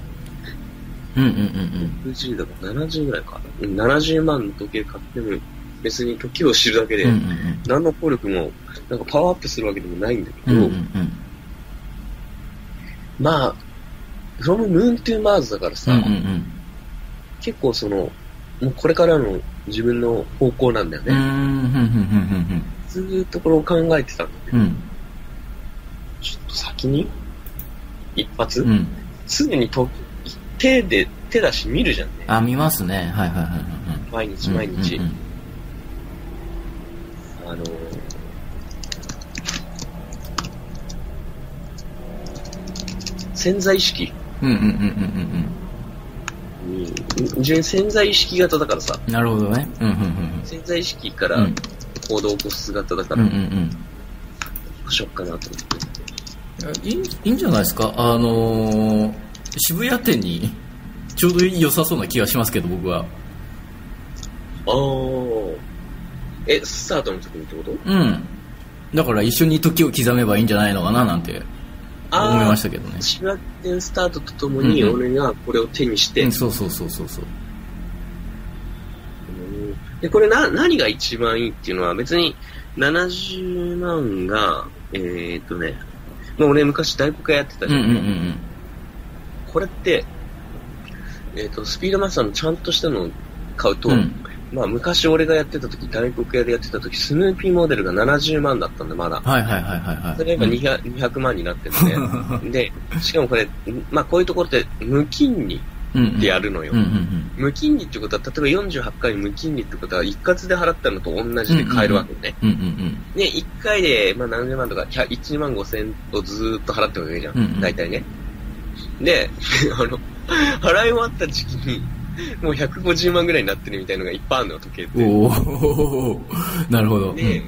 うんうん60だから70ぐらいか。うん70万の時計買っても、別に時を知るだけで、うん。うんうん何の効力も、なんかパワーアップするわけでもないんだけうん。うんど、うんまあ、フロムムーントゥーマーズだからうさ、ん。うんうん結構その、もうこれからの自分の方向なんだようん。うーね。ん。うんうんずーっとこれを考えてたんだけうど、んちょっと先に、一発、うん。うん。すぐにと手で、手出し見るじゃんね。あ、見ますね。はいはいはいはいはい。毎日毎日。うんうんうんあのー潜在意識うんうんうんうんに、自分潜在意識型だからさ、うん。なるほどね。うんうん潜在意識かうんうらん。行動を起こす型だかうんうら、んうどん。うしよっかなと思って。いいんいいんじゃないですかあのー渋谷店にちょうど良さそうな気がしますけど、僕は。あー。え、スタートの時にってことうん。だから一緒に時を刻めばいいんじゃないのかななんてあー思いましたけどね。シワ点スタートとともに、うんうん俺がこれを手にして、うん、そうそうそうそうそう。うんで、これな、何が一番いいっていうのは、別に70万が、えー、っとね、まあ俺昔大黒屋やってたうじんゃ、うんんうんうん。これって、えーっと、スピードマスターのちゃんとしたのを買うと、うんまあ昔俺がやってた時、大黒屋でやってた時、スヌーピーモデルが70万だったんで、まだ。はいはいはいはいはい。それが 200, 200万になってるね。で、しかもこれ、まあこういうところって無金利うんでやるのよ。うんうんうん。無金利ってことは、例えば48回無金利ってことは、一括で払ったのと同じで買えるわけね。うんうんね、一回で、まあ何十万とか、100 1万5千をずーっと払ってもいいじゃうんうんん。大体ね。で、 あの、払い終わった時期に、もう150万ぐらいになってるみたいのがいっぱいあるのよ、時計っうん。て。おー なるほど。うんで、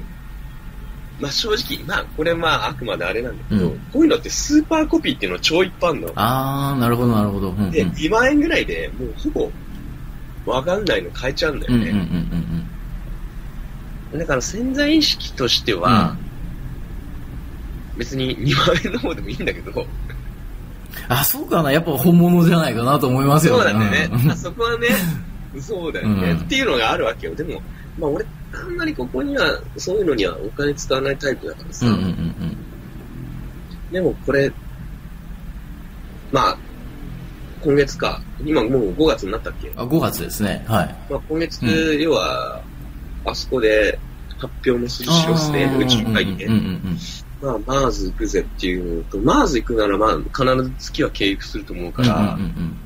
まあ正直、まあこれまああくまであれなんだけうど、んこういうのってスーパーコピーっていうの超いっぱいあるの。あー、なるほどなるほど。うんうん。うんで、2万円ぐらいでもうほぼ、わかんないの買えちゃうんだようんうんね。うんうん。だから潜在意識としては、別に2万円の方でもいいんだけど、あ、そうかな。やっぱ本物じゃないかなと思いますよそね。うなんだようんね。あそこはね、そうだよね、うんっていうのがあるわけよ。でも、まあ俺、あんまりここには、そういうのにはお金使わないタイプだからさ、うんうんうんでもこれ、まあ、今月か、今もう5月になったっけあ5月ですね。はい。まあ今月、う要は、あそこで発表もするしろすね、宇宙会議で。うんうんうんまあ、マーズ行くぜっていうのと、マーズ行くなら、まあ、必ず月は経由すると思うから、うんうん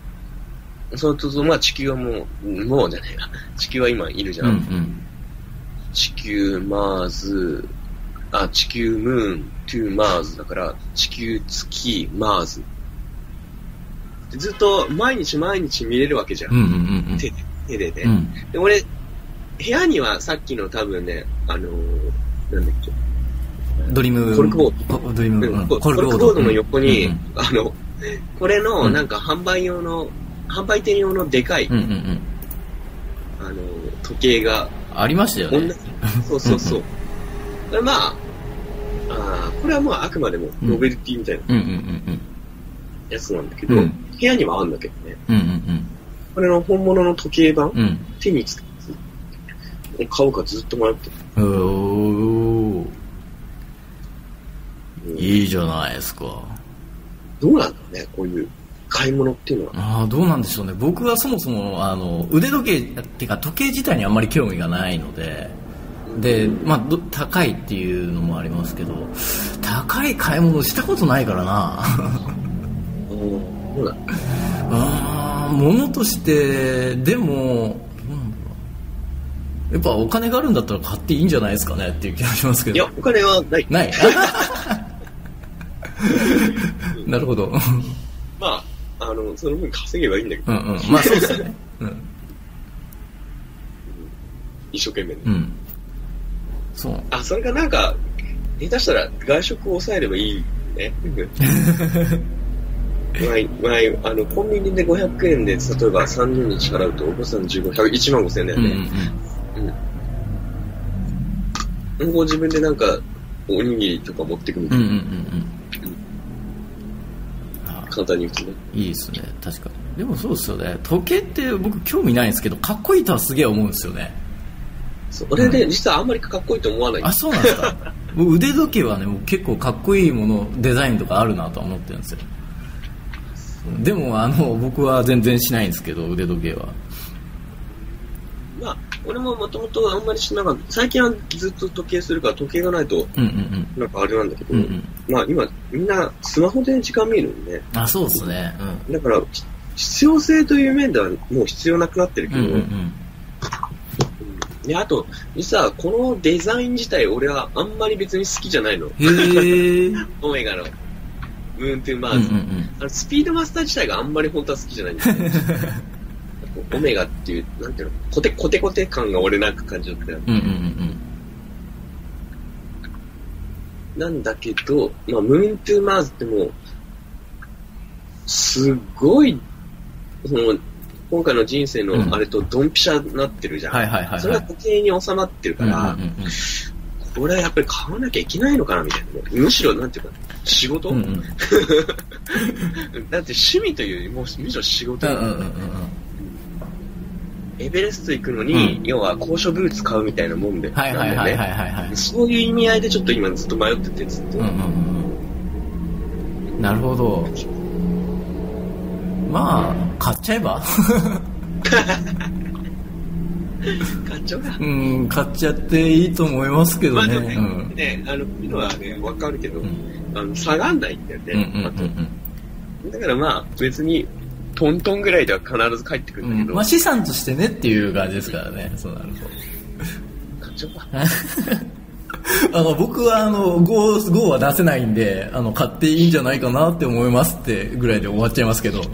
それと、まあ、地球はもう、もうじゃねえな。地球は今いるじゃ。うんんうん地球、マーズ、あ、地球、ムーン、トゥー、マーズだから、地球、月、マーズ。でずっと、毎日毎日見れるわけじゃうんん。うんうんうん手で、手でね。うんで、俺、部屋にはさっきの多分ね、あのーなんだっけ、ドリームコルクボードドリームうんうんコルクボードの横に、うんあの、これうの、んなんか販売用の、販売店用のでかい、うんうんうんあの、時計が、ありましたよ同じね。、そうそうそう。でまあ、あーこれはまあ、あくまでも、うんノベルティみたいなうんうんうんやつなんだけど、うん部屋にはあんだけどね、うんうんうんこれの本物の時計版、うん手につ買おうかずっと迷ってうんおーる、いいじゃないですか。どうなんだろうね、こういう買い物っていうのは。ああどうなんでしょうね僕はそもそもあの腕時計っていうか時計自体にあんまり興味がないのでで、まあ、ど高いっていうのもありますけど高い買い物したことないからなうんそうだ。 ああ物としてでもうんやっぱお金があるんだったら買っていいんじゃないですかねっていう気がしますけいやど、お金はない。ない なるほどまあ、あの、その分稼げばいいんだけうど、んうんまあそうですよねうん一生懸命ねうんそうあ、それがなんか、下手したら外食を抑えればいいね。前、前、あの、コンビニで500円で、例えば3人に支払うと、お子さん15、100 1万5000円だようんうんね。うん、こう自分でなんか、おにぎりとか持ってくみうんうたんいうんな、うんうんあ簡単に打つね。いいですね確かにでもそうですよね時計って僕興味ないんですけどかっこいいとはすげえ思うんですよねそう俺で、実はあんまりかっこいいと思わない。あそうなんです か僕腕時計はねもう結構かっこいいものデザインとかあるなとは思ってるんですよでもあの僕は全然しないんですけど腕時計はまあ、俺ももともとあんまりしなかった。最近はずっと時計するから、時計がないと、うんうんなんかあれなんだけど、うんうんうんまあ今、みんなスマホで時間見るんで、あそうですねうだから、ひ必要性という面ではもう必要なくなってるけんうど、んうんうんで、あと、実はこのデザイン自体俺はあんまり別に好きじゃないの。へえオメガの、ムーントゥーマうんうーんズ。あのスピードマスター自体があんまり本当は好きじゃないん だよねオメガっていう、なんていうの、コテコテコテ感が俺なんか感じだったよねうんうんうんうんなんだけど、まあ、ムーントゥーマーズってもう、すごい、その、今回の人生うんのあれとドンピシャになってるじゃん。はいはいはいはいそれは時計に収まってるうかんうんら、うんこれはやっぱり買わなきゃいけないのかなみたいなね。むしろ、なんていうか、仕事、うんうんうんだって趣味というよりも、むしろ仕事、うんうんうんエベレスト行くのに、うん要は高所ブーツ買うみたいなもんで、はいはいはいはいなんだよはいはいね。そういう意味合いでちょっと今ずっと迷ってて、ずっと。うんうんうんなるほどまあ買っちゃえば買っちゃおうか。 うん買っちゃっていいと思いますけまどあねでもうね、んねあの、こういうのはね、わかるけど、うんあの、下がんないんだよね。うんうんうんだからまあ、別に、トントンぐらいでは必ず帰ってくるうんだけんど、まあ資産としてねっていう感じですからねそうなると買っちゃおうか。 あの僕はあの GO, GO は出せないんであの買っていいんじゃないかなって思いますってぐらいで終わっちゃいますけ どオッ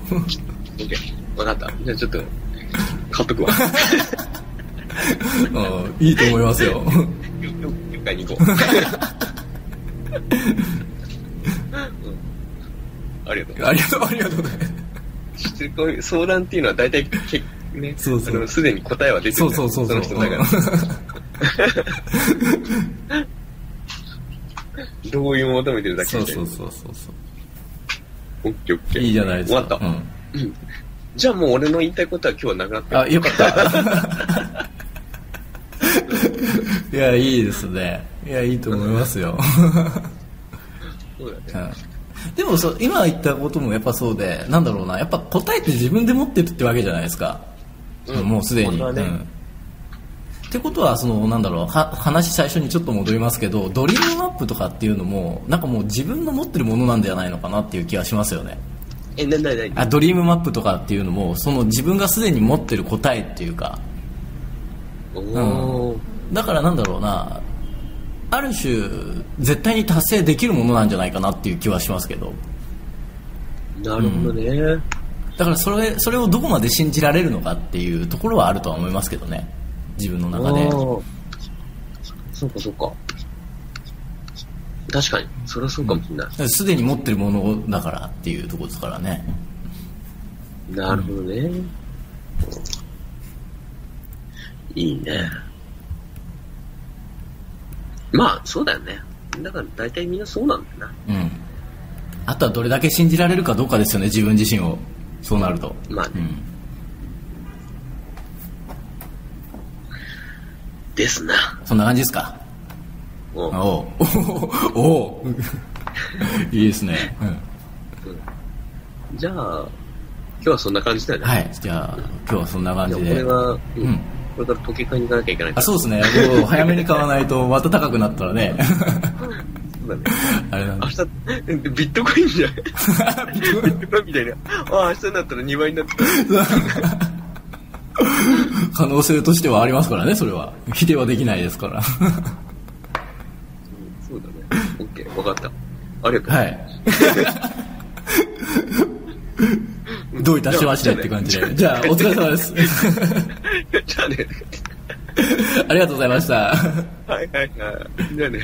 ケー。わかった。じゃあちょっと、買 っとくわ。うんいいと思いますよ よよ了解に行こう。うんありがとう。ありがとうありがとうございますこういう相談っていうのは大体結ね、そうそうあのすでに答えは出てそるうそうそうそそうの人だから。同意を求めてるだけ そうみたいそなうそうそうそオッケーオッケうーいいじゃないですか終わった。うんじゃあもう俺の言いたいことは今日はなくなった。あ、よかった。 いや、いいですね。いや、いいと思いますよ。そうだね。うん でもそう、今言ったこともやっぱそうで、なんだろうな、やっぱ答えって自分で持ってるってわけじゃないですか。うんもうすでに。本当はねうんってことは、その、なんだろう、は話最初にちょっと戻りますけど、ドリームマップとかっていうのも、なんかもう自分の持ってるものなんじゃないのかなっていう気がしますよね。え、なになになにあドリームマップとかっていうのも、その自分がすでに持ってる答えっていうか、おー。だからなんだろうなある種絶対に達成できるものなんじゃないかなっていう気はしますけどなるほどね。だからそれそれをどこまで信じられるのかっていうところはあるとは思いますけどね自分の中でおーそうかそうか。確かに。そりゃそうかもしれない。すでに持ってるものだからっていうところですからねなるほどね。いいね。まあ、そうだよね。だから大体みんなそうなんだよな。うんあとはどれだけ信じられるかどうかですよね自分自身をそうなるとまあうね、んですな。そんな感じですかもおううおお いいですね、うんじゃあ、今日はそんな感じだよね。はいじゃあ今日はそんな感じゃあじこでれは、うんうんこれから時計買いに行かなきゃいけないあそうですねもう早めに買わないとまた高くなったらねそうだね。 あれなん明だ。日、ビットコインじゃん。ビットコインみたいな。ああ、明日になったら2倍になって可能性としてはありますからね、それは。否定はできないですから。た。そうだね。オッケー、わかった。ありがとう。はい。 どういたしましてって感じで。じゃあ、お疲れ様です。 じゃあね。ありがとうございました。はいはいはい。じゃあね。